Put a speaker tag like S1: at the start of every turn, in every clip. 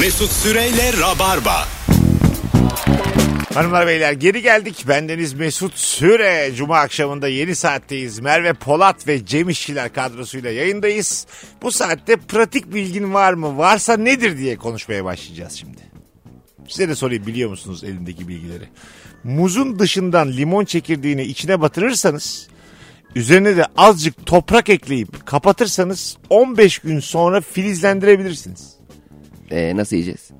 S1: Mesut Süreyle Rabarba.
S2: Hanımlar beyler geri geldik. Bendeniz Mesut Süre. Cuma akşamında yeni saatteyiz. Merve Polat ve Cem İşçiler kadrosuyla yayındayız. Bu saatte pratik bilgin var mı? Varsa nedir diye konuşmaya başlayacağız şimdi. Size de sorayım biliyor musunuz elimdeki bilgileri? Muzun dışından limon çekirdeğini içine batırırsanız üzerine de azıcık toprak ekleyip kapatırsanız 15 gün sonra filizlendirebilirsiniz.
S3: Ee, nasıl yiyeceğiz?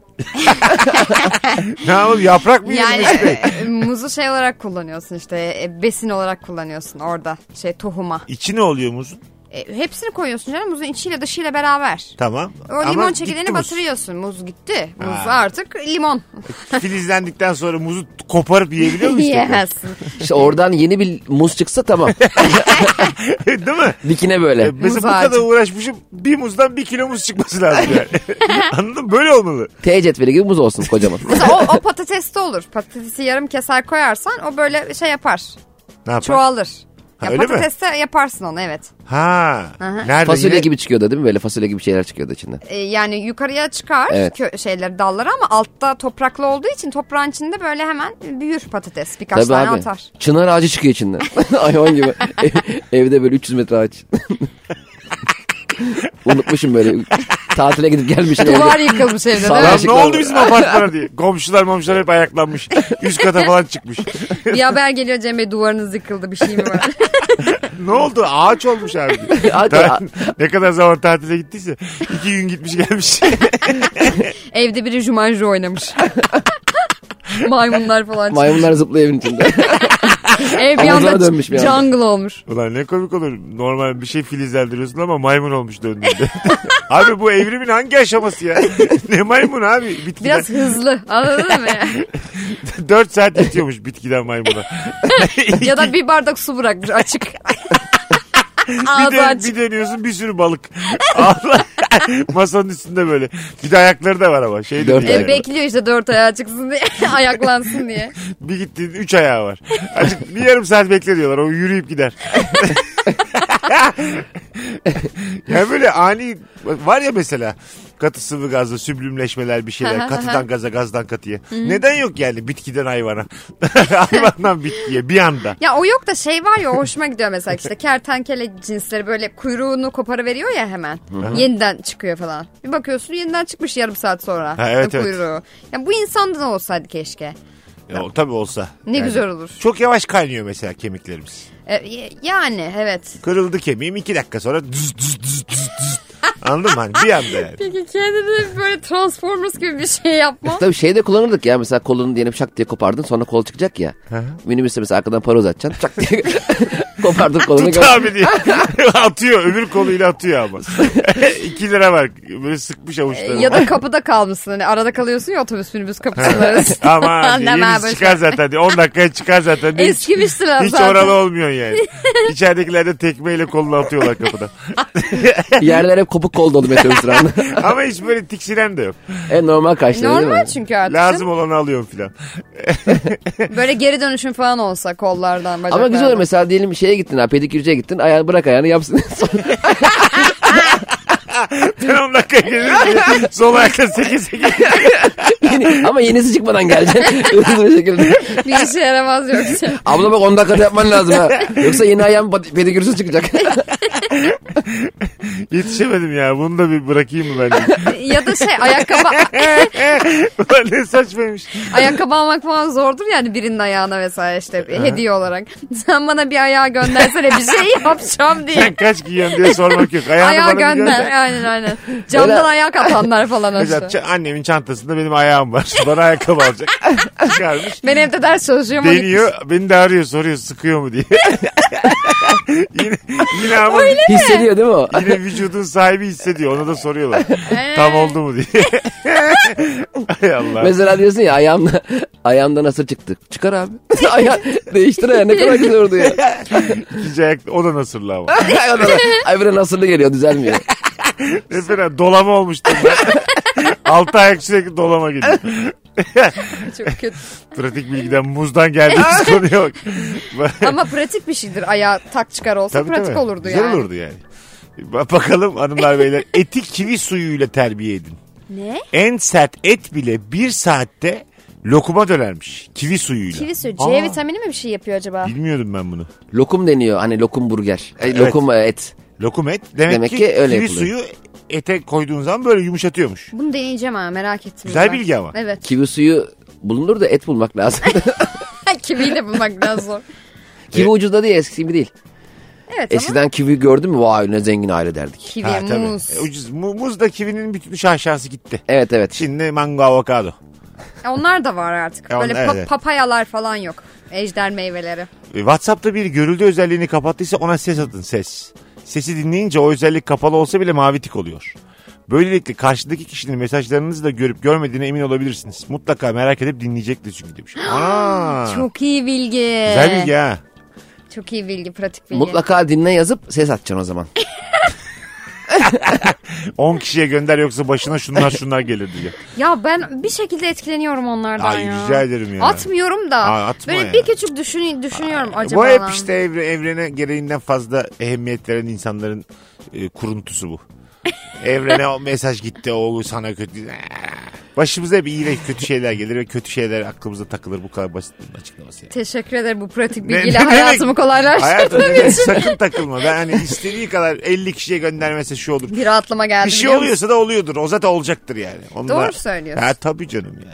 S2: Ne yapalım yaprak mı yiyelim
S4: Yani
S2: Mesut Bey?
S4: e, muzu şey olarak kullanıyorsun işte e, besin olarak kullanıyorsun orada şey tohuma.
S2: İçi ne oluyor muzun?
S4: E, hepsini koyuyorsun canım muzun içiyle dışıyla beraber.
S2: Tamam.
S4: O
S2: Ama
S4: limon
S2: gitti
S4: çekirdeğini
S2: muz.
S4: batırıyorsun. Muz gitti. Muz
S2: Ha. E,
S4: artık limon.
S2: Filizlendikten sonra muzu koparıp yiyebiliyor muyuz? tekrar?
S4: Yiyemezsin.
S3: İşte oradan yeni bir muz çıksa tamam.
S2: Değil mi?
S3: Dikine böyle.
S2: Mesela bu
S4: ağacı.
S2: kadar uğraşmışım bir muzdan bir kilo muz çıkması lazım yani. Anladın mı? Böyle olmalı.
S3: T cetveli gibi muz olsun kocaman.
S4: Mesela o, o patates de olur. Patatesi yarım keser koyarsan o böyle şey yapar.
S2: Ne yapar?
S4: Çoğalır.
S2: Ha,
S4: ya
S2: öyle mi?
S4: patates de yaparsın onu evet.
S2: Ha. Nerede?
S3: Fasulye
S2: yine?
S3: gibi çıkıyordu değil mi? Böyle fasulye gibi şeyler çıkıyordu içinden.
S4: E, yani yukarıya çıkar
S3: Evet.
S4: kö- şeyleri dalları ama altta topraklı olduğu için toprağın içinde böyle hemen büyür patates. Birkaç
S3: Tabii
S4: tane
S3: abi.
S4: atar.
S3: Çınar ağacı çıkıyor içinden. Hayvan gibi. Ev- evde böyle 300 metre ağaç. Unutmuşum böyle. Tatile gidip gelmişim. evde.
S4: Duvar yıkılmış evde değil mi?
S2: Lan ne
S3: Ağacıklar
S2: oldu
S3: var.
S2: bizim apartmana diye. Komşular momşular hep ayaklanmış. Üst kata falan çıkmış.
S4: Bir haber geliyor Cem Bey duvarınız yıkıldı bir şey mi var?
S2: ne oldu? Ağaç olmuş abi.
S3: Hadi
S2: Ta-
S3: ya.
S2: ne kadar zaman tatile gittiyse. iki gün gitmiş gelmiş.
S4: Evde biri jumanji oynamış. Maymunlar falan. çıkmış.
S3: Maymunlar zıplıyor evin içinde.
S4: Ev bir
S3: Amazon'a
S4: anda
S3: dönmüş bir anda.
S4: jungle olmuş.
S2: Ulan ne komik olur. Normal bir şey filizlendiriyorsun ama maymun olmuş döndüğünde. abi bu evrimin hangi aşaması ya? ne maymun abi? Bitkiden
S4: Biraz hızlı anladın mı? ya?
S2: 4 saat yetiyormuş bitkiden maymuna.
S4: ya da bir bardak su bırakmış açık.
S2: bir,
S4: Ağzı
S2: dön,
S4: açık.
S2: bir dönüyorsun bir sürü balık. Allah. Masanın üstünde böyle. Bir de ayakları da var ama. Şey de
S3: Dört
S2: değil
S4: E,
S2: yani.
S4: bekliyor işte dört ayağa çıksın diye. Ayaklansın diye.
S2: Bir gittiğin 3 ayağı var. Azıcık bir yarım saat bekle diyorlar. O yürüyüp gider. yani böyle ani var ya mesela katı sıvı gazla süblümleşmeler bir şeyler katıdan gaza gazdan katıya. Neden yok yani bitkiden hayvana? Hayvandan bitkiye bir anda.
S4: Ya o yok da şey var ya hoşuma gidiyor mesela işte kertenkele cinsleri böyle kuyruğunu koparıveriyor ya hemen. yeniden çıkıyor falan. Bir bakıyorsun yeniden çıkmış yarım saat sonra
S2: Ha, evet, evet.
S4: kuyruğu. Ya bu insanda olsaydı keşke.
S2: Ya, tabii olsa.
S4: Ne
S2: Yani
S4: güzel olur.
S2: Çok yavaş kaynıyor mesela kemiklerimiz.
S4: E, y- yani evet.
S2: Kırıldı kemiğim iki dakika sonra düz düz düz düz düz. Anladın mı? Hani bir anda yani.
S4: Peki kendini böyle Transformers gibi bir şey yapma.
S3: Tabii şey de kullanırdık ya mesela kolunu diyelim şak diye kopardın sonra kol çıkacak ya. Minibüste mesela arkadan para uzatacaksın çak diye kopardın kolunu.
S2: Tut abi diye. atıyor. Öbür koluyla atıyor ama. 2 lira var. Böyle sıkmış avuçlarını.
S4: E, ya da kapıda kalmışsın. Hani arada kalıyorsun ya otobüs minibüs kapısında. arasında.
S2: Aman diye,
S4: Ne
S2: yenisi
S4: haber?
S2: çıkar zaten diye. 10 dakikaya çıkar zaten diye. Hiç,
S4: Eskimiş sıra
S2: hiç
S4: zaten.
S2: oralı olmuyorsun yani. İçeridekiler de tekmeyle kolunu atıyorlar kapıda.
S3: Yerler hep kopuk kol dolu metrobüs durağında.
S2: Ama hiç böyle tiksinen de yok.
S3: en normal karşıladı değil
S4: Normal
S3: mi?
S4: çünkü artık.
S2: Lazım olanı alıyorum filan.
S4: Böyle geri dönüşüm falan olsa kollardan bacaklardan.
S3: Ama güzel olur mesela diyelim şeye gittin ha pedikürcüye gittin ayağını bırak ayağını yapsın.
S2: Ben 10 dakikaya gelirim diye. Sol ayakta 8 8.
S3: Yeni- ama yenisi çıkmadan geleceksin hızlı bir şekilde.
S4: Bir işe yaramaz yoksa.
S3: Abla bak 10 dakikada yapman lazım ha. Yoksa yeni ayağın pat- pedikürsüz çıkacak.
S2: Yetişemedim ya. Bunu da bir bırakayım mı ben? diye.
S4: ya da şey ayakkabı
S2: Ulan ne saçmaymış.
S4: ayakkabı almak falan zordur yani birinin ayağına vesaire işte bir hediye olarak. Sen bana bir ayağı göndersene bir şey yapacağım
S2: Sen
S4: diye.
S2: kaç giyiyorsun diye sormak yok. Ayağını
S4: Ayağı
S2: bana bir
S4: gönder. Aynen aynen. Camdan
S3: Böyle-
S4: ayak atanlar falan
S2: Mesela
S4: işte.
S2: ça- annemin çantasında benim ayağım var. Bana ayakkabı alacak. Çıkarmış.
S4: Ben evde ders çalışıyorum. ama gitmiş.
S2: Deniyor. Beni de arıyor soruyor sıkıyor mu diye. yine, yine ama
S3: Hissediyor değil mi o?
S2: yine vücudun sahibi hissediyor. Ona da soruyorlar. Tam oldu mu diye. Hay Allah.
S3: Mesela diyorsun ya ayağımda, ayağımdan nasır çıktı. Çıkar abi. Ayağı değiştir ayağı ne kadar güzel olurdu ya.
S2: İkinci ayak o da nasırlı ama.
S3: Ay bir de nasırlı geliyor düzelmiyor.
S2: Ne fena E, dolama olmuştu. Altı ayak sürekli dolama gidiyor.
S4: Çok kötü.
S2: Pratik bilgiden muzdan geldiğimiz konuya bak.
S4: Ama pratik bir şeydir. Ayağı tak çıkar olsa pratik olurdu
S2: Güzel
S4: yani.
S2: olurdu yani. Ba- Bakalım hanımlar beyler. Etik kivi suyuyla terbiye edin.
S4: Ne?
S2: En sert et bile bir saatte lokuma dönermiş. Kivi suyuyla.
S4: Kivi suyu.
S2: Aa.
S4: C vitamini mi bir şey yapıyor acaba?
S2: Bilmiyordum ben bunu.
S3: Lokum deniyor hani lokum burger. E,
S2: Evet.
S3: Lokum e, et.
S2: Lokum et. Demek,
S3: Demek
S2: ki,
S3: ki öyle
S2: kivi
S3: yapılıyor.
S2: suyu ete koyduğun zaman böyle yumuşatıyormuş.
S4: Bunu deneyeceğim ha merak ettim.
S2: Güzel
S4: ben.
S2: bilgi ama.
S4: Evet.
S3: Kivi suyu bulunur da et bulmak lazım.
S4: Kiviyi de bulmak biraz zor.
S3: kivi ucuzda değil eskisi gibi değil.
S4: Evet ama
S3: Eskiden kivi gördün mü vay ne zengin aile derdik.
S4: kivi,
S2: Ha, tabii.
S4: muz.
S2: E, ucuz. Mu- Muz da kivinin bütün şahşası gitti.
S3: Evet evet.
S2: Şimdi mango avokado.
S4: E, onlar da var artık.
S2: E,
S4: Böyle
S2: onlar-
S4: pa-
S2: evet.
S4: papayalar falan yok. Ejder meyveleri.
S2: E, WhatsApp'ta bir görüldü özelliğini kapattıysa ona ses atın ses. Sesi dinleyince o özellik kapalı olsa bile mavi tik oluyor. Böylelikle karşıdaki kişinin mesajlarınızı da görüp görmediğine emin olabilirsiniz. Mutlaka merak edip dinleyecektir çünkü demiş. Aa,
S4: Çok iyi bilgi.
S2: güzel bilgi ha.
S4: Çok iyi bilgi, pratik bilgi.
S3: Mutlaka dinle yazıp ses atacaksın o zaman.
S2: 10 kişiye gönder yoksa başına şunlar şunlar gelir diye.
S4: Ya ben bir şekilde etkileniyorum onlardan
S2: Ay,
S4: ya.
S2: rica ederim ya.
S4: Atmıyorum da.
S2: Aa, atma
S4: Böyle
S2: ya.
S4: bir küçük düşün, düşünüyorum acaba.
S2: bu
S4: lan.
S2: hep işte evre, evrene gereğinden fazla ehemmiyet veren insanların e, kuruntusu bu. evrene o mesaj gitti o sana kötü. Başımıza hep iyi ve kötü şeyler gelir ve kötü şeyler aklımıza takılır bu kadar basit bir açıklaması yani.
S4: Teşekkür ederim bu pratik
S2: Ne-
S4: bilgiyle
S2: ne demek?
S4: hayatımı kolaylaştırdın.
S2: Hayatım demek, sakın takılma. Ben hani istediği kadar 50 kişiye göndermese şu olur.
S4: Bir rahatlama geldi.
S2: Bir şey
S4: biliyor musun?
S2: oluyorsa da oluyordur. O zaten olacaktır yani. Onda...
S4: Doğru söylüyorsun.
S2: Ha, tabii canım ya.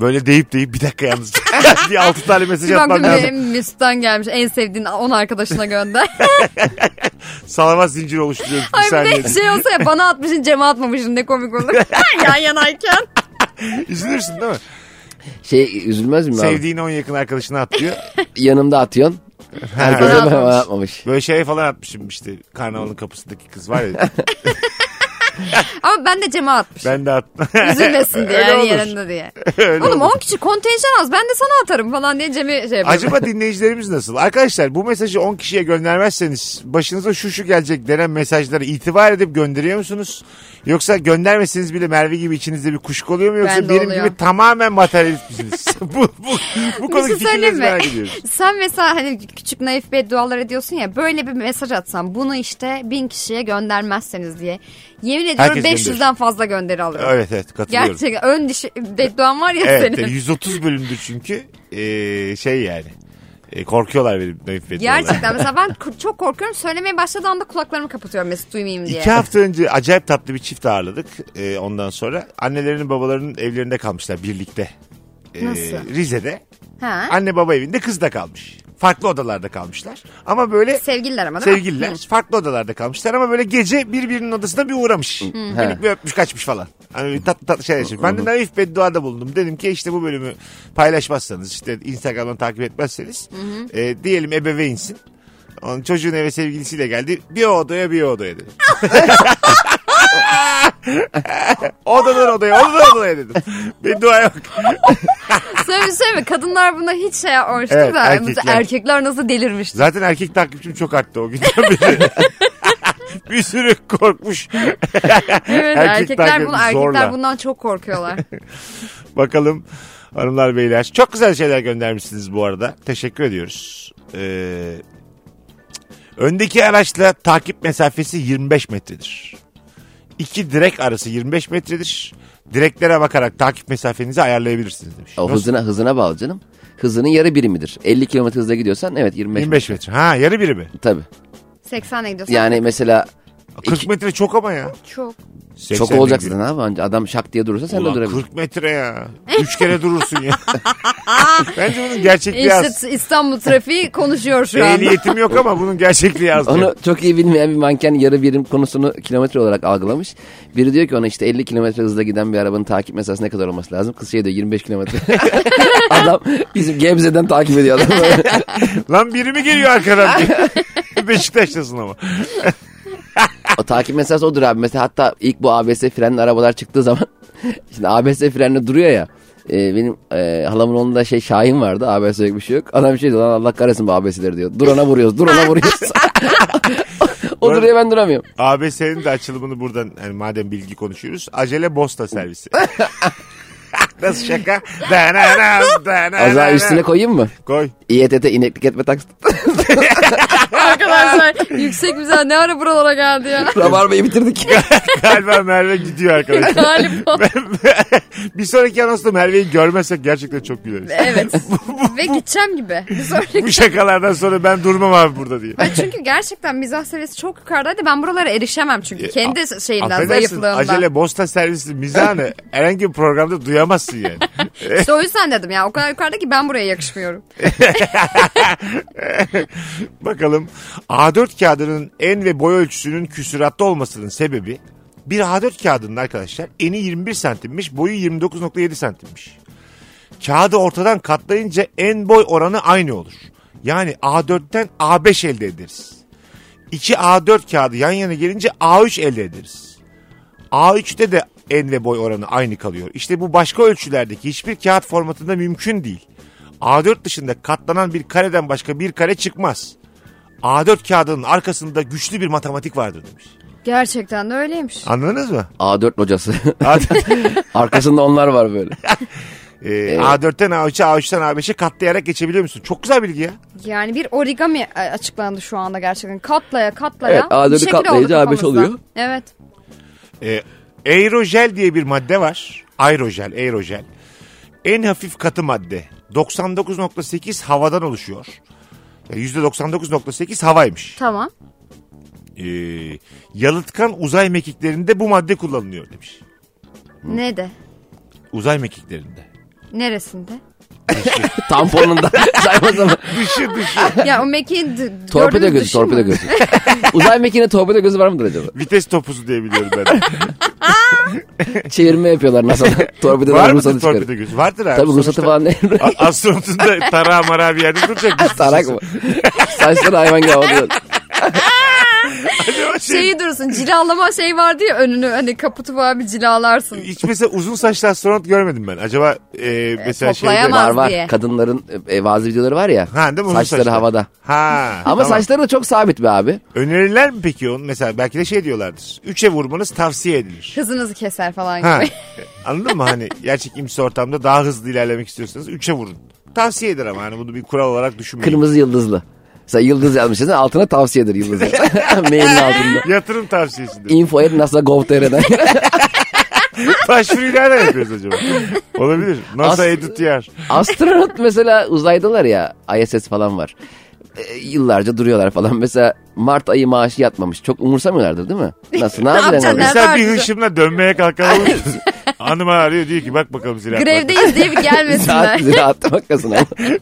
S2: Böyle deyip deyip bir dakika yalnız. bir 6 tane mesaj
S4: Bir
S2: atmam
S4: baktım
S2: lazım.
S4: benim Mesut'tan gelmiş. En sevdiğin 10 arkadaşına gönder.
S2: Salavat zinciri oluşturuyoruz bir
S4: Ay bir
S2: saniye.
S4: de şey olsa ya bana atmışsın Cem'e atmamışsın ne komik olur. Yan yanayken.
S2: Üzülürsün değil mi?
S3: Şey üzülmez mi abi?
S2: Sevdiğini on yakın arkadaşına atıyor.
S3: Yanımda atıyorsun. Herkese bana
S4: Bana atmamış.
S3: atmamış.
S2: Böyle şey falan atmışım işte karnavalın kapısındaki kız var ya.
S4: Ama ben de Cem'e atmışım.
S2: ben de attım.
S4: Üzülmesin diye
S2: Öyle
S4: yani
S2: olur.
S4: yerinde diye.
S2: Öyle
S4: Oğlum
S2: olur.
S4: 10 kişi kontenjan az ben de sana atarım falan diye Cem'e şey yapıyorum.
S2: Acaba dinleyicilerimiz nasıl? Arkadaşlar bu mesajı 10 kişiye göndermezseniz başınıza şu şu gelecek denen mesajlara itibar edip gönderiyor musunuz? Yoksa göndermeseniz bile Merve gibi içinizde bir kuşku oluyor mu? Yoksa
S4: Bende
S2: benim
S4: oluyor.
S2: gibi tamamen materyalist misiniz? bu, bu, bu
S4: Bir
S2: konu
S4: şey söyleyeyim
S2: fikirlerinizi
S4: mi?
S2: merak ediyoruz.
S4: Sen mesela hani küçük naif beddualar ediyorsun ya böyle bir mesaj atsam bunu işte bin kişiye göndermezseniz diye. Yemin ediyorum
S2: Herkes
S4: 500'den
S2: gönderiyor.
S4: fazla gönderi alıyorum.
S2: Evet evet katılıyorum.
S4: Gerçekten ön dişi bedduan var ya
S2: Evet
S4: senin.
S2: 130 bölümdür çünkü Ee, şey yani Ee, korkuyorlar benim naif beddualarım.
S4: Gerçekten mesela ben k- çok korkuyorum. Söylemeye başladığı anda kulaklarımı kapatıyorum Mesut duymayayım diye.
S2: İki hafta önce acayip tatlı bir çift ağırladık Ee, ondan sonra. Annelerinin babalarının evlerinde kalmışlar birlikte. Ee,
S4: Nasıl?
S2: Rize'de.
S4: Ha?
S2: Anne baba evinde kız da kalmış. Farklı odalarda kalmışlar. Ama böyle
S4: Sevgililer ama değil mi?
S2: sevgililer farklı odalarda kalmışlar ama böyle gece birbirinin odasına bir uğramış. Minik bir öpmüş kaçmış falan. Hani bir tatlı tatlı şeyler yaşamış. Ben de naif bedduada bulundum. Dedim ki işte bu bölümü paylaşmazsanız işte Instagram'dan takip etmezseniz e, diyelim ebeveynsin. Onun çocuğun eve sevgilisiyle geldi. Bir o odaya bir o odaya dedim. odadan odaya odadan odaya dedim. Beddua yok.
S4: Söyle söyleme kadınlar buna hiç şey yapmamıştı
S2: Evet,
S4: da
S2: erkekler.
S4: erkekler. erkekler nasıl delirmişti.
S2: Zaten erkek takipçim çok arttı o günden beri. bir sürü korkmuş.
S4: Evet,
S2: Erkek
S4: erkekler,
S2: takip-
S4: bunu, erkekler
S2: zorla.
S4: bundan çok korkuyorlar.
S2: Bakalım hanımlar beyler. Çok güzel şeyler göndermişsiniz bu arada. Teşekkür ediyoruz. Ee, öndeki araçla takip mesafesi 25 metredir. İki direk arası 25 metredir. Direklere bakarak takip mesafenizi ayarlayabilirsiniz demiş.
S3: O
S2: Nasıl?
S3: hızına hızına bağlı canım. Hızının yarı birimidir. 50 kilometre hızla gidiyorsan evet 25.
S2: 25 metre. Ha yarı biri mi?
S3: Tabii.
S4: 80'e gidiyorsun.
S3: Yani mesela
S2: 40
S3: İki-
S2: metre çok ama ya.
S4: Çok.
S2: 80
S3: çok
S2: de
S3: olacaksın
S2: gidiyor.
S3: abi. Anca Adam şak diye durursa sen de
S2: Ulan
S3: durabilirsin.
S2: 40 metre ya. 3 kere durursun ya. Bence bunun gerçekliği az.
S4: İşte İstanbul trafiği konuşuyor şu anda.
S2: Ehliyetim yok ama bunun gerçekliği az. diyor.
S3: Onu çok iyi bilmeyen bir manken yarı birim konusunu kilometre olarak algılamış. Biri diyor ki ona işte 50 kilometre hızla giden bir arabanın takip mesafesi ne kadar olması lazım? Kız şey diyor 25 kilometre. adam bizim Gebze'den takip ediyor adam.
S2: Lan biri mi geliyor arkadan diye. Beşiktaş'tasın ama.
S3: o takip mesafesi odur abi. Mesela hatta ilk bu ABS frenli arabalar çıktığı zaman şimdi ABS frenli duruyor ya. E, benim e, halamın onunda şey Şahin vardı. ABS yok bir şey yok. Adam şey diyor lan Allah kahretsin bu ABS'leri diyor. Dur ona vuruyoruz. Dur ona vuruyoruz. o duruyor ben duramıyorum.
S2: ABS'nin de açılımını buradan yani madem bilgi konuşuyoruz. Acele Bosta servisi. Nasıl şaka? Dananam, dananam.
S3: Az daha üstüne koyayım mı?
S2: Koy.
S3: İETT ineklik etme taksi.
S4: arkadaşlar. Yüksek bize ne ara buralara geldi ya.
S3: Rabarbayı bitirdik.
S2: Galiba Merve gidiyor arkadaşlar.
S4: Galiba.
S2: bir sonraki anonsta Merve'yi görmezsek gerçekten çok güleriz.
S4: Evet. Ve gideceğim gibi. Bir sonraki-
S2: Bu şakalardan sonra ben durmam abi burada diye.
S4: Ben çünkü gerçekten mizah seviyesi çok yukarıdaydı. Ben buralara erişemem çünkü. Kendi şeyimden,
S2: E, Affedersin
S4: zayıflığımdan.
S2: acele Bosta servisi mizahını herhangi bir programda duyamazsın yani.
S4: İşte o yüzden dedim ya. O kadar yukarıda ki ben buraya yakışmıyorum.
S2: Bakalım A4 kağıdının en ve boy ölçüsünün küsüratta olmasının sebebi bir A4 kağıdının arkadaşlar eni 21 santimmiş boyu 29.7 santimmiş. Kağıdı ortadan katlayınca en boy oranı aynı olur. Yani A4'ten A5 elde ederiz. İki A4 kağıdı yan yana gelince A3 elde ederiz. A3'te de en ve boy oranı aynı kalıyor. İşte bu başka ölçülerdeki hiçbir kağıt formatında mümkün değil. A4 dışında katlanan bir kareden başka bir kare çıkmaz. A4 kağıdının arkasında güçlü bir matematik vardır demiş.
S4: Gerçekten de öyleymiş.
S2: Anladınız mı?
S3: A4 locası.
S2: A4,
S3: Arkasında onlar var böyle.
S2: Ee, A4'ten A3'e A3'ten A5'e katlayarak geçebiliyor musun? Çok güzel bilgi ya.
S4: Yani bir origami e, açıklandı şu anda gerçekten. Katlaya katlaya.
S3: Evet, A4'ü
S4: bir şekil oldu
S3: katlayınca A5
S4: kafamızda.
S3: oluyor.
S4: Evet.
S2: Ee, aerojel diye bir madde var. Aerojel, aerojel. En hafif katı madde. 99.8 havadan oluşuyor. Yani %99.8 havaymış.
S4: Tamam.
S2: Ee, yalıtkan uzay mekiklerinde bu madde kullanılıyor demiş.
S4: Ne de?
S2: Uzay mekiklerinde.
S4: Neresinde?
S3: Tamponunda. Saçma sapan.
S2: Dışı dışı.
S4: ya o mekiğin d-
S3: Torpido
S4: gördüğünüz
S3: gözü,
S4: dışı mı?
S3: torpido gözü. Uzay mekiğinde torpido gözü var mıdır acaba?
S2: Vites topuzu diye biliyorum ben.
S3: Çevirme yapıyorlar NASA'da.
S2: Var
S3: Torpidodan
S2: mıdır
S3: ruhsatı çıkarıp.
S2: torpido gözü? Vardır abi.
S3: Tabii ruhsatı
S2: Sonuçta
S3: falan değil.
S2: a- Astronotun da tarağı marağı bir yerde duracak.
S3: Tarak mı? Saçları hayvan gibi havada.
S2: Acaba şey-
S4: Şeyi durursun cilalama şey vardı ya önünü hani kaputu falan bir cilalarsın.
S2: Hiç mesela uzun saçlı astronot görmedim ben. Acaba e, mesela şeyde...
S4: toplayamam.
S3: Var
S4: Olmaz
S3: var.
S4: diye.
S3: Kadınların e, bazı videoları var ya.
S2: Ha değil mi? Uzun
S3: Saçları
S2: saçlı.
S3: havada.
S2: Ha.
S3: Ama
S2: tamam.
S3: saçları da çok sabit be abi.
S2: Öneriler mi peki onun? Mesela belki de şey diyorlardır. Üçe vurmanız tavsiye edilir.
S4: Hızınızı keser falan
S2: Ha.
S4: gibi.
S2: Anladın mı? Hani gerçek imsi ortamda daha hızlı ilerlemek istiyorsanız üçe vurun. Tavsiye eder ama hani bunu bir kural olarak düşünmeyin.
S3: Kırmızı yıldızlı. Mesela yıldız yazmışsın altına tavsiyedir yıldız. Mailin altında.
S2: Yatırım tavsiyesidir.
S3: Info at nasa.gov.tr'den.
S2: Başvuruyu nereden yapıyoruz acaba? Olabilir. NASA
S3: As-
S2: Edutier.
S3: Astronot mesela uzaydalar ya ISS falan var. E, yıllarca duruyorlar falan. Mesela Mart ayı maaşı yatmamış. Çok umursamıyorlardır değil mi? Nasıl? Nadiren
S4: yapacaksın?
S3: alıyor.
S2: Mesela
S4: var
S2: bir
S4: bize?
S2: hışımla dönmeye kalkalım. Hanıma arıyor diyor ki bak bakalım silahlar.
S4: Grevdeyiz diye bir
S3: Saat
S4: gelmesinler.
S3: ziraat makasına.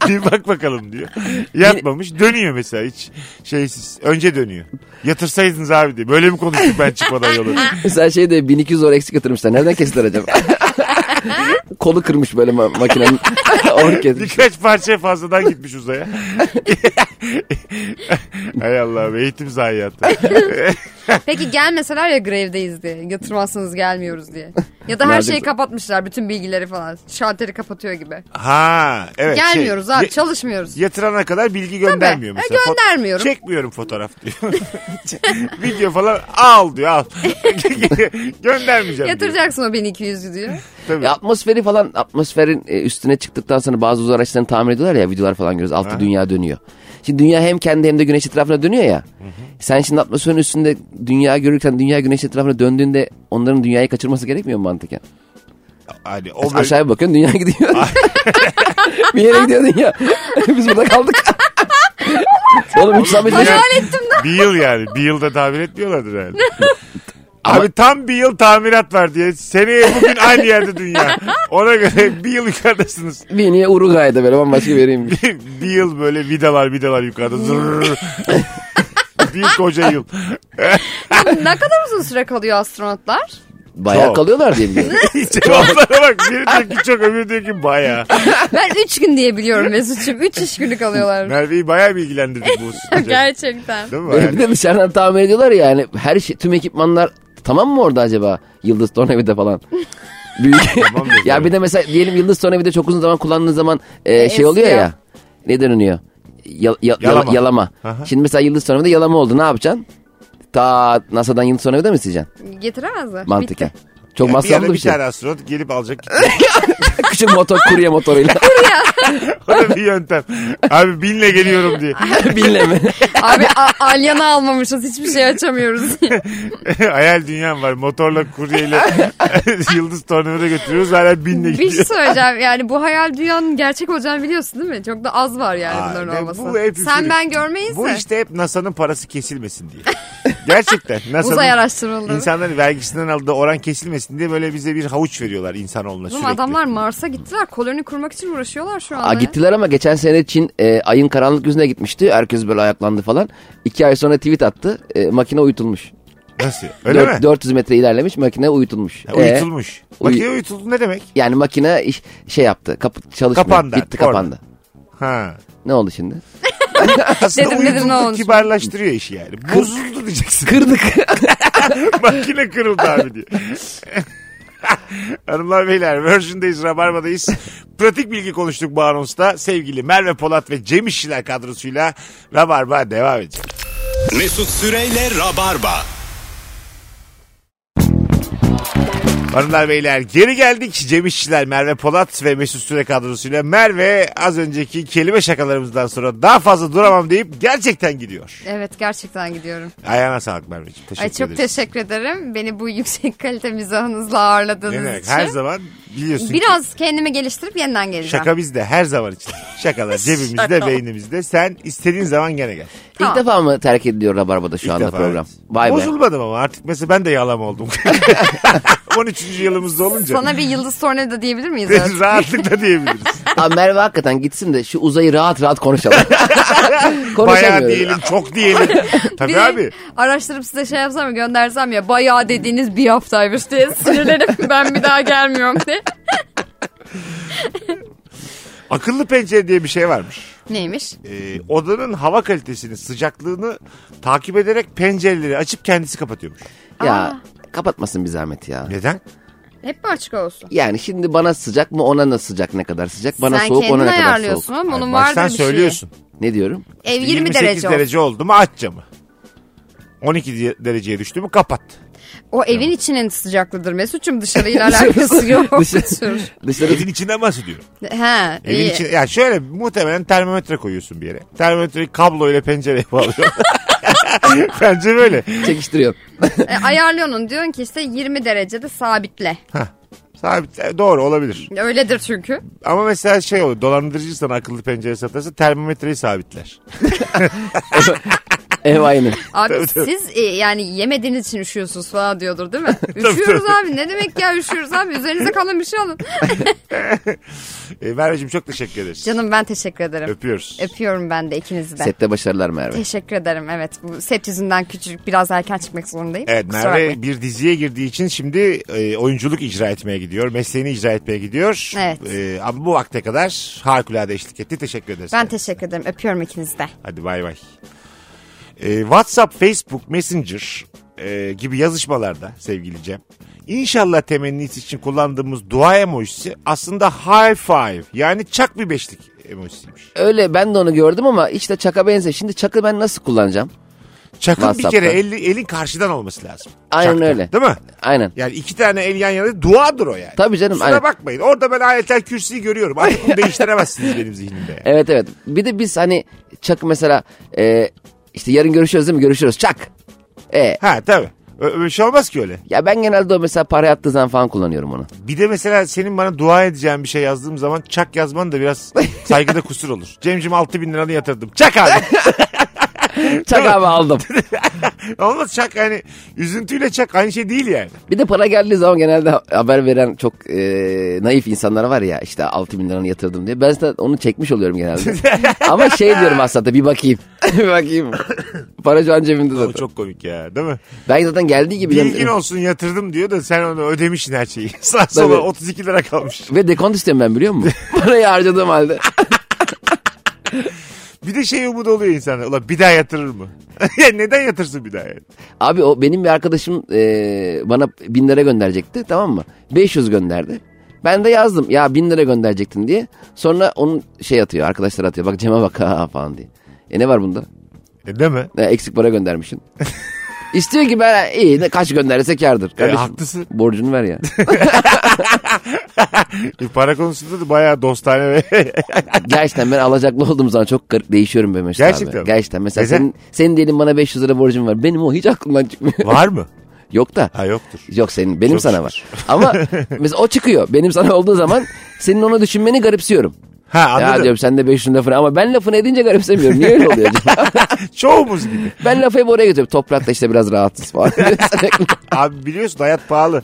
S2: bir bak bakalım diyor. Yatmamış dönüyor mesela hiç şeysiz. Önce dönüyor. Yatırsaydınız abi diye. Böyle mi konuştuk ben çıkmadan yola?
S3: Mesela şey şeyde 1200 zor eksik yatırmışlar. Nereden kestiler acaba? Kolu kırmış böyle ma- makinenin. Onu kesmiş.
S2: Birkaç parça fazladan gitmiş uzaya. Hay Allah'ım eğitim zayiatı.
S4: Peki gelmeseler ya grevdeyiz diye. Yatırmazsınız gelmiyoruz diye. Ya da her
S3: Nerede
S4: şeyi
S3: bu-
S4: kapatmışlar bütün bilgileri falan. Şalteri kapatıyor gibi.
S2: Ha evet. şey,
S4: Gelmiyoruz abi
S2: ya-
S4: çalışmıyoruz.
S2: Yatırana kadar bilgi göndermiyor
S4: Tabii. E,
S2: mesela. Fo-
S4: göndermiyorum.
S2: çekmiyorum fotoğraf diyor. Video falan al diyor al. Göndermeyeceğim diyor.
S4: Yatıracaksın o 1200'ü diyor.
S2: Tabii.
S3: Ya atmosferi falan atmosferin e, üstüne çıktıktan sonra bazı uzay araçlarını tamir ediyorlar ya videolar falan görüyoruz. Altta dünya dönüyor. Şimdi dünya hem kendi hem de güneş etrafına dönüyor ya. Sen şimdi atmosferin üstünde dünya görürken dünya güneş etrafına döndüğünde onların dünyayı kaçırması gerekmiyor mu mantıken?
S2: Hani o böyle-
S3: Aşağıya bakıyorsun dünya gidiyor. bir yere gidiyor dünya. Biz burada kaldık. Oğlum 3
S2: Hayal
S4: ettim
S2: Bir yıl yani. Bir yılda tamir etmiyorlardır herhalde. Abi tam bir yıl tamirat var diye. Seneye bugün aynı yerde dünya. Ona göre bir yıl yukarıdasınız.
S3: Bir niye Uruguay'da böyle bambaşka bir yereyim.
S2: bir yıl böyle vidalar vidalar yukarıda. Zırrrr. bir koca yıl.
S4: ne kadar uzun süre kalıyor astronotlar?
S3: Bayağı
S2: Çok.
S3: kalıyorlar diye biliyorum.
S2: Cevaplara bak. Biri diyor ki çok öbürü diyor ki baya.
S4: Ben 3 gün diye biliyorum Mesut'cum. 3 iş günü kalıyorlar.
S2: Merve'yi baya bilgilendirdik bu sıkıca.
S4: Gerçekten.
S2: Değil mi?
S3: bir
S2: Yani?
S3: de dışarıdan tamir ediyorlar ya yani her şey tüm ekipmanlar tamam mı orada acaba? Yıldız tornavida falan. Büyük.
S2: Tamamdır.
S3: ya bir de mesela diyelim yıldız tornavida çok uzun zaman kullandığın zaman e, şey oluyor
S4: eskiyor.
S3: ya. Ne dönüyor? Ya- ya-
S2: Yalama.
S3: yala- yalama.
S2: Aha.
S3: Şimdi mesela yıldız tornavida yalama oldu ne yapacaksın? Ta NASA'dan yıldız tornavida mı isteyeceksin?
S4: Getiremezler.
S3: Mantıken.
S4: Bitti.
S3: Çok
S2: Yani bir
S3: masraflı
S2: ara
S3: bir
S2: bir
S3: şey.
S2: tane astronot gelip alacak.
S3: Küçük motor kurye motoruyla.
S2: o da bir yöntem. Abi binle geliyorum diye.
S3: Binle mi?
S4: Abi a- alyana almamışız hiçbir şey açamıyoruz.
S2: Hayal dünyam var. Motorla kuryeyle yıldız tornavida götürüyoruz. Hala binle
S4: bir şey
S2: gidiyor.
S4: söyleyeceğim yani bu hayal dünyanın gerçek olacağını biliyorsun değil mi? Çok da az var yani
S2: Aa,
S4: bunların
S2: ne-
S4: olması.
S2: bu hep üfürük.
S4: Sen ben görmeyiz
S2: Bu
S4: de.
S2: işte hep NASA'nın parası kesilmesin diye. Gerçekten. NASA'nın
S4: Uzay araştırmaları.
S2: İnsanların vergisinden aldığı oran kesilmesin diye böyle bize bir havuç veriyorlar insanoğluna
S4: Oğlum
S2: sürekli.
S4: adamlar Mars'a gittiler. Koloni kurmak için uğraşıyorlar şu anda.
S3: Aa,
S4: ya.
S3: gittiler ama geçen sene Çin e, ayın karanlık yüzüne gitmişti. Herkes böyle ayaklandı falan. İki ay sonra tweet attı. E, makine uyutulmuş.
S2: Nasıl? Öyle
S3: Dört-
S2: mi?
S3: 400 metre ilerlemiş makine uyutulmuş.
S2: Ha,
S3: E,
S2: Uyutulmuş.
S3: uy-
S2: Makine uyutuldu ne demek?
S3: yani makine iş, şey yaptı. Kapı, çalışmıyor.
S2: Kapandı.
S3: Gitti
S2: Doğru.
S3: kapandı.
S2: Ha.
S3: Ne oldu şimdi?
S2: Aslında
S4: Dedim, dedim, ne
S2: uyutuldu
S4: olmuş?
S2: kibarlaştırıyor işi yani. Bozuldu diyeceksin.
S3: Kırdık.
S2: Makine kırıldı abi diye. Hanımlar beyler Virgin'deyiz Rabarba'dayız. Pratik bilgi konuştuk bu anonsta. Sevgili Merve Polat ve Cem İşçiler kadrosuyla Rabarba devam edecek.
S1: Mesut Süreyle Rabarba.
S2: Hanımlar beyler geri geldik. Cem İşçiler, Merve Polat ve Mesut Süre kadrosuyla. Merve az önceki kelime şakalarımızdan sonra daha fazla duramam deyip gerçekten gidiyor.
S4: Evet gerçekten gidiyorum.
S2: Ayağına sağlık Merveciğim. Teşekkür
S4: Ay çok
S2: ederiz.
S4: teşekkür ederim. Beni bu yüksek kalite mizahınızla ağırladığınız
S2: Ne demek?
S4: için.
S2: Her zaman biliyorsun ki
S4: Biraz kendimi geliştirip yeniden geleceğim.
S2: şaka bizde her zaman için. Şakalar cebimizde, beynimizde. Sen istediğin zaman gene gel.
S3: İlk
S4: Tamam.
S3: defa mı terk ediliyor Rabarba'da şu
S2: İlk
S3: anda
S2: defa,
S3: program?
S2: evet.
S3: Vay be.
S2: Bozulmadım ama artık mesela ben de yalam oldum. 13. yılımızda olunca.
S4: Sana bir yıldız tornavida diyebilir miyiz? artık?
S2: Rahatlıkla diyebiliriz.
S3: Abi Merve hakikaten gitsin de şu uzayı rahat rahat konuşalım.
S2: Bayağı
S3: Konuşamıyoruz.
S2: diyelim, çok diyelim. Tabii
S4: Bir de
S2: abi.
S4: araştırıp size şey yapsam ya göndersem ya bayağı dediğiniz bir haftaymış diye sinirlenip ben bir daha gelmiyorum diye.
S2: Akıllı pencere diye bir şey varmış.
S4: Neymiş?
S2: e, odanın hava kalitesini, sıcaklığını takip ederek pencereleri açıp kendisi kapatıyormuş.
S3: Ya kapatmasın bir zahmet ya.
S2: Neden?
S4: Hep mi açık olsun?
S3: Yani şimdi bana sıcak mı ona nasıl sıcak ne kadar sıcak bana
S4: Sen
S3: soğuk ona
S4: kendin
S3: ne kadar
S4: ayarlıyorsun
S3: soğuk.
S4: ama bunun
S2: Ay,
S4: vardır
S2: baştan
S4: bir şeyi.
S2: söylüyorsun.
S3: Ne diyorum?
S4: Ev 20
S2: 28 derece,
S4: derece olsun.
S2: oldu mu aç camı. 12 diye- dereceye düştü mü kapat.
S4: O evin içinin sıcaklığıdır Mesut'cum dışarıyla alakası yok.
S3: Dışarı- Dışarı
S2: Evin içinden bahsediyorum.
S4: He,
S2: Evin
S4: iyi.
S2: içi, ya şöyle muhtemelen termometre koyuyorsun bir yere. Termometreyi kablo ile pencereye bağlıyorsun. Bence böyle.
S3: çekiştiriyor.
S4: E, ayarlıyorsun onu. diyorsun ki işte 20 derecede sabitle.
S2: Hah. Sabit, e, doğru olabilir.
S4: Öyledir çünkü.
S2: Ama mesela şey olur dolandırıcı sana akıllı pencere satarsa termometreyi sabitler.
S3: Ev aynı.
S4: Abi
S2: Tabii, tabii.
S4: siz e, yani yemediğiniz için üşüyorsunuz falan diyordur değil mi?
S2: Tabii,
S4: üşüyoruz
S2: tabii.
S4: abi ne demek ya üşüyoruz abi üzerinize kalan bir şey alın.
S2: E, Merveciğim çok teşekkür ederiz.
S4: Canım ben teşekkür ederim.
S2: Öpüyoruz.
S4: Öpüyorum ben de ikinizi de.
S3: Sette başarılar Merve.
S4: Teşekkür ederim evet. Bu set yüzünden küçücük biraz erken çıkmak zorundayım.
S2: Evet
S4: Kusura
S2: Merve
S4: bakmayın.
S2: bir diziye girdiği için şimdi e, oyunculuk icra etmeye gidiyor. Mesleğini icra etmeye gidiyor.
S4: Evet.
S2: E, ama bu vakte kadar harikulade eşlik etti. Teşekkür ederiz.
S4: Ben teşekkür ederim. Öpüyorum ikinizi de.
S2: Hadi bay bay. E, WhatsApp, Facebook, Messenger e, gibi yazışmalarda sevgili Cem. İnşallah temennisi için kullandığımız dua emojisi aslında high five yani çak bir beşlik emojisiymiş.
S3: Öyle ben de onu gördüm ama işte çaka benzer. Şimdi çakı ben nasıl kullanacağım?
S2: Çakın bir
S3: WhatsApp'ta.
S2: kere eli, elin karşıdan olması lazım.
S3: Aynen
S2: Çakta.
S3: öyle.
S2: Değil mi?
S3: Aynen.
S2: Yani iki tane el yan yana duadır o yani.
S3: Tabii canım,
S2: Kusura
S3: aynen.
S2: bakmayın. Orada ben ayetel kürsüyü görüyorum. Artık bunu değiştiremezsiniz benim zihnimde. yani.
S3: Evet evet. Bir de biz hani çakı mesela e, işte yarın görüşüyoruz değil mi? Görüşürüz. Çak. E,
S2: Ha tabii. Ö- Öyle şey olmaz ki öyle.
S3: ya ben genelde o mesela para yattığı zaman falan kullanıyorum onu.
S2: Bir de mesela senin bana dua edeceğin bir şey yazdığım zaman çak yazman da biraz saygıda kusur olur. Cemcim 6000 bin liranı yatırdım. Çak abi.
S3: Çak abi aldım.
S2: Olmaz çak yani üzüntüyle çak aynı şey değil yani.
S3: Bir de para geldiği zaman genelde haber veren çok e, naif insanlar var ya işte 6 bin liranı yatırdım diye. Ben zaten onu çekmiş oluyorum genelde. Ama şey diyorum aslında bir bakayım. bir bakayım. Para şu an cebimde
S2: O
S3: zaten.
S2: çok komik ya değil mi?
S3: Ben zaten geldiği gibi.
S2: Bilgin olsun yatırdım diyor da sen onu ödemişsin her şeyi. Sağ sola
S3: Tabii.
S2: 32 lira kalmış.
S3: Ve dekont istiyorum ben biliyor musun? Parayı harcadığım halde.
S2: Bir de şey umudu oluyor insana. Ulan bir daha yatırır mı? Ya Neden yatırsın bir daha yani?
S3: Abi o benim bir arkadaşım e, bana bin lira gönderecekti tamam mı? 500 gönderdi. Ben de yazdım ya bin lira gönderecektin diye. Sonra onun şey atıyor arkadaşlar atıyor. Bak Cem'e bak ha falan diye. E ne var bunda?
S2: E, değil mi?
S3: E, eksik para göndermişsin. İstiyor ki ben iyi de kaç gönderirse kârdır. Kardeşim,
S2: E, haklısın.
S3: Borcunu ver ya.
S2: E, para konusunda da bayağı dostane ve
S3: Gerçekten ben alacaklı olduğum zaman çok garip değişiyorum be Mesut
S2: Gerçekten mi?
S3: abi. Gerçekten. Mesela
S2: Neden?
S3: senin, senin diyelim bana 500 lira borcun var. Benim o hiç aklımdan çıkmıyor.
S2: var mı?
S3: Yok da.
S2: Ha yoktur.
S3: Yok senin benim
S2: Çok
S3: sana
S2: şükür.
S3: var. Ama mesela o çıkıyor. Benim sana olduğu zaman senin onu düşünmeni garipsiyorum.
S2: Ha
S3: Ya
S2: anladım.
S3: diyorum sen de 500 lafını ama ben lafını edince garipsemiyorum. Niye öyle oluyor acaba?
S2: Çoğumuz gibi.
S3: ben lafı hep oraya götürüyorum. Toprakta işte biraz rahatsız falan.
S2: Abi biliyorsun hayat pahalı.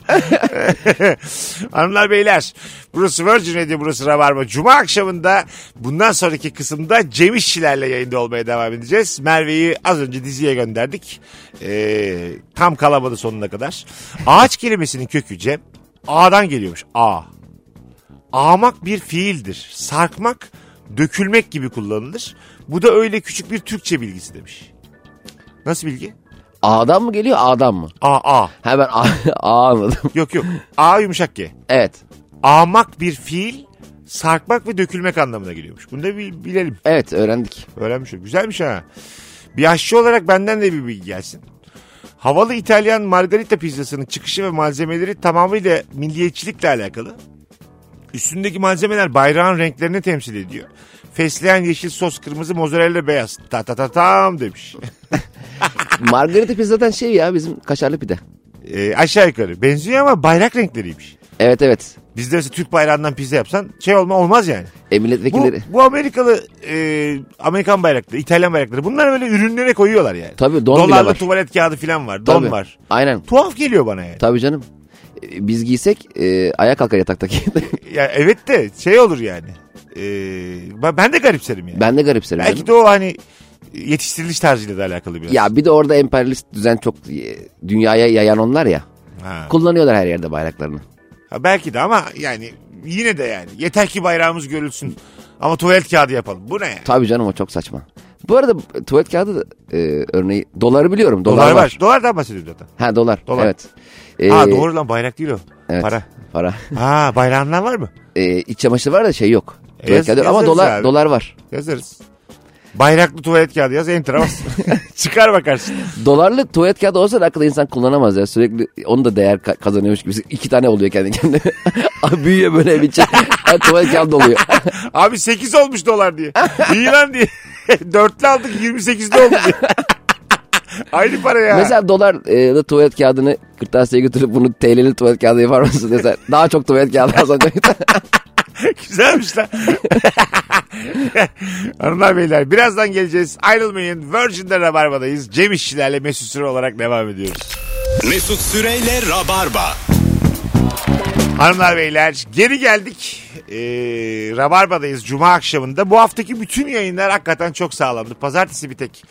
S2: Hanımlar beyler burası Virgin Radio burası Rabarba. Cuma akşamında bundan sonraki kısımda Cem İşçilerle yayında olmaya devam edeceğiz. Merve'yi az önce diziye gönderdik. Ee, tam kalamadı sonuna kadar. Ağaç kelimesinin kökü Cem. A'dan geliyormuş. A. Ağmak bir fiildir. Sarkmak, dökülmek gibi kullanılır. Bu da öyle küçük bir Türkçe bilgisi demiş. Nasıl bilgi?
S3: A'dan mı geliyor A'dan mı?
S2: A, A.
S3: Ha ben A, A anladım.
S2: Yok yok. A yumuşak G.
S3: Evet.
S2: Ağmak bir fiil sarkmak ve dökülmek anlamına geliyormuş. Bunu da bil- bilelim.
S3: Evet öğrendik.
S2: Öğrenmişim. Güzelmiş ha. Bir aşçı olarak benden de bir bilgi gelsin. Havalı İtalyan margarita pizzasının çıkışı ve malzemeleri tamamıyla milliyetçilikle alakalı. Üstündeki malzemeler bayrağın renklerini temsil ediyor. Fesleğen yeşil sos kırmızı mozzarella beyaz. Ta ta ta tam demiş.
S3: Margarita pizza zaten şey ya bizim kaşarlı pide.
S2: Ee, aşağı yukarı benziyor ama bayrak renkleriymiş.
S3: Evet evet.
S2: Bizde mesela Türk bayrağından pizza yapsan şey olma olmaz yani.
S3: E
S2: Bu,
S3: milletvekilleri.
S2: bu Amerikalı e, Amerikan bayrakları, İtalyan bayrakları bunları böyle ürünlere koyuyorlar yani.
S3: Tabii, don bile
S2: Dolarlı
S3: var.
S2: tuvalet kağıdı falan var. Don
S3: Tabii.
S2: var.
S3: Aynen.
S2: Tuhaf geliyor bana yani.
S3: Tabii canım. E, Biz giysek e, ayağa kalkar yataktaki.
S2: Ya evet de şey olur yani. E, ben- ben de garipserim yani.
S3: ben de garipserim. canım.
S2: Belki de o hani yetiştiriliş tarzıyla da alakalı biraz.
S3: Ya bir de orada emperyalist düzen çok e, dünyaya yayan onlar ya.
S2: Ha.
S3: Kullanıyorlar her yerde bayraklarını.
S2: Ha, belki de ama yani yine de yani yeter ki bayrağımız görülsün. Ama tuvalet kağıdı yapalım. Bu ne yani?
S3: Tabii canım o çok saçma. Bu arada e, tuvalet kağıdı da, e, örneği doları biliyorum. Dolar,
S2: Dolar
S3: var.
S2: var. Dolardan bahsediyorum zaten.
S3: Ha dolar.
S2: Dolar.
S3: Evet. E,
S2: ha doğru lan bayrak değil o.
S3: evet,
S2: Para.
S3: Para.
S2: Ha bayrağından var mı?
S3: E, iç çamaşırı var da şey yok. Tuvalet
S2: Yaz-
S3: kağıdı ama
S2: yazarız
S3: dolar
S2: abi.
S3: dolar var.
S2: Yazarız. Bayraklı tuvalet kağıdı yaz enter'a bas. Çıkar bakarsın.
S3: Dolarlı tuvalet kağıdı olsa da akıllı insan kullanamaz ya. Sürekli onu da değer ka- kazanıyormuş gibi. İki tane oluyor kendi kendine. Abi Büyüyor böyle bir şey. Ha, tuvalet kağıdı doluyor.
S2: Abi 8 olmuş dolar diye. İyi lan diye. Dörtlü aldık 28'de oldu diye. Aynı para ya.
S3: Mesela dolarlı tuvalet kağıdını kırtasiyeye götürüp bunu TL'li tuvalet kağıdı yapar mısın desen. Daha çok tuvalet kağıdı kazanacak.
S2: Güzelmiş lan. Hanımlar beyler birazdan geleceğiz. Ayrılmayın. Virgin'de Rabarba'dayız. Cem İşçilerle Mesut Süre olarak devam ediyoruz.
S1: Mesut Süreyle Rabarba.
S2: Hanımlar beyler geri geldik. Ee, Rabarba'dayız Cuma akşamında. Bu haftaki bütün yayınlar hakikaten çok sağlamdı. Pazartesi bir tek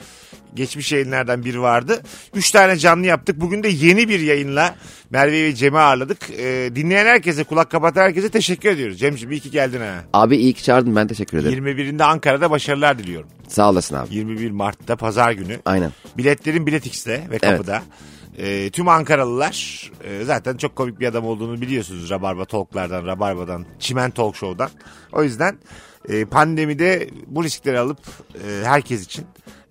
S2: geçmiş yayınlardan biri vardı. Üç tane canlı yaptık. Bugün de yeni bir yayınla Merve ve Cem'i ağırladık. Ee, dinleyen herkese, kulak kapatan herkese teşekkür ediyoruz. Cem'ciğim iyi ki geldin ha.
S3: Abi iyi ki çağırdın ben teşekkür ederim.
S2: 21'inde Ankara'da başarılar diliyorum.
S3: Sağ olasın abi.
S2: 21 Mart'ta pazar günü.
S3: Aynen.
S2: Biletlerin Bilet X'te ve kapıda. Ee, tüm Ankaralılar e, zaten çok komik bir adam olduğunu biliyorsunuz Rabarba Talk'lardan, Rabarba'dan, Çimen Talk Show'dan. O yüzden e, pandemide bu riskleri alıp e, herkes için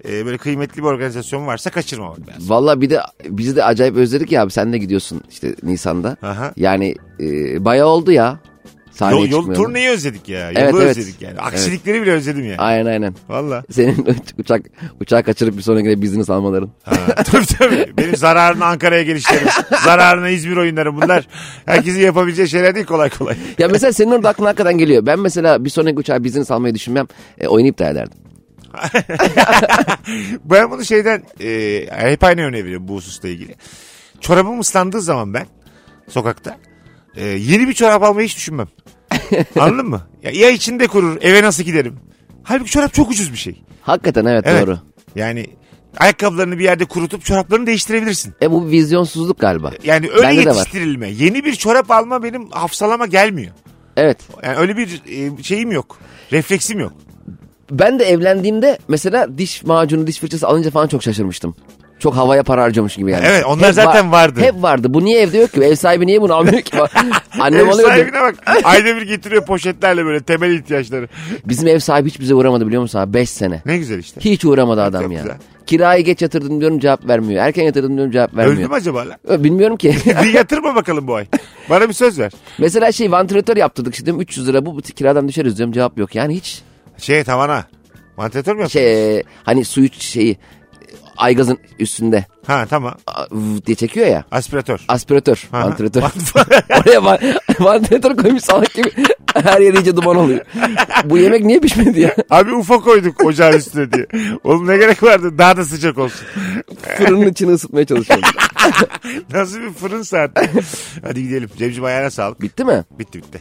S2: e, böyle kıymetli bir organizasyon varsa kaçırmamak lazım.
S3: Valla bir de bizi de acayip özledik ya abi sen de gidiyorsun işte Nisan'da.
S2: Aha.
S3: Yani e, bayağı oldu ya. Sahneye
S2: Yol, yol
S3: çıkmayalı.
S2: turneyi özledik ya. Yolu
S3: Evet, evet.
S2: özledik yani. Aksilikleri bile özledim ya.
S3: Aynen aynen.
S2: Valla.
S3: Senin uç- uçak uçağı kaçırıp bir sonraki business almaların.
S2: Ha, tabii tabii. Benim zararına Ankara'ya gelişlerim. zararına İzmir oyunları bunlar. Herkesin yapabileceği şeyler değil kolay kolay.
S3: ya mesela senin orada aklına hakikaten geliyor. Ben mesela bir sonraki uçağa business almayı düşünmem. E, oyunu iptal ederdim.
S2: Ben bunu şeyden e, hep aynı örneği veriyorum bu hususla ilgili. Çorabım ıslandığı zaman ben sokakta e, yeni bir çorap almayı hiç düşünmem. Anladın mı? Ya, ya içinde kurur eve nasıl giderim? Halbuki çorap çok ucuz bir şey.
S3: Hakikaten evet,
S2: Evet.
S3: doğru.
S2: Yani ayakkabılarını bir yerde kurutup çoraplarını değiştirebilirsin.
S3: E bu bir vizyonsuzluk galiba.
S2: Yani öyle
S3: Bende de var.
S2: yetiştirilme. Yeni bir çorap alma benim hafsalama gelmiyor.
S3: Evet.
S2: Yani öyle bir e, şeyim yok. Refleksim yok.
S3: Ben de evlendiğimde mesela diş macunu, diş fırçası alınca falan çok şaşırmıştım. çok havaya para harcamış gibi yani.
S2: Evet, onlar
S3: var-
S2: zaten vardı.
S3: Hep vardı. Bu niye evde yok ki? Ev sahibi niye bunu almıyor ki? Annem
S2: Ev
S3: alıyordu.
S2: sahibine bak. Ayda bir getiriyor poşetlerle böyle temel ihtiyaçları.
S3: Bizim ev sahibi hiç bize uğramadı biliyor musun abi? 5 sene.
S2: Ne güzel işte.
S3: Hiç uğramadı adam
S2: Çok
S3: ya.
S2: güzel.
S3: Kirayı geç yatırdım diyorum cevap vermiyor. Erken yatırdım diyorum cevap
S2: Öldü
S3: vermiyor.
S2: mü acaba lan?
S3: Ö, Bilmiyorum ki.
S2: Bir yatırma bakalım bu ay. Bana bir söz ver.
S3: Mesela şey vantilatör yaptırdık işte dedim 300 lira bu, bu kiradan düşeriz diyorum cevap yok. Yani hiç
S2: Şey tavana. Mantetör mü yaptın?
S3: şey hani suyu şeyi aygazın üstünde
S2: Ha tamam.
S3: a- vv diye çekiyor ya.
S2: Aspiratör.
S3: Aspiratör,
S2: Aha.
S3: vantilatör. Oraya van- vantilatör koymuş salak gibi. Her yer iyice duman oluyor. Bu yemek niye pişmedi ya?
S2: Abi ufa koyduk ocağın üstüne diye. Oğlum ne gerek vardı? Daha da sıcak olsun.
S3: Fırının içini ısıtmaya çalışıyorum.
S2: Nasıl bir fırın saat? Hadi gidelim. Cemciğim ayağına sağlık.
S3: Bitti mi?
S2: Bitti bitti.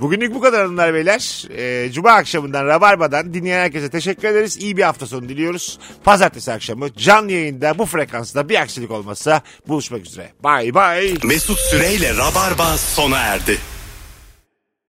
S2: Bugünlük bu kadar hanımlar beyler. Ee, Cuma akşamından Rabarba'dan dinleyen herkese teşekkür ederiz. İyi bir hafta sonu diliyoruz. Pazartesi akşamı canlı yayında bu frekansta bir aksilik olmazsa buluşmak üzere. Bay bay.
S1: Mesut Süreyle Rabarba sona erdi.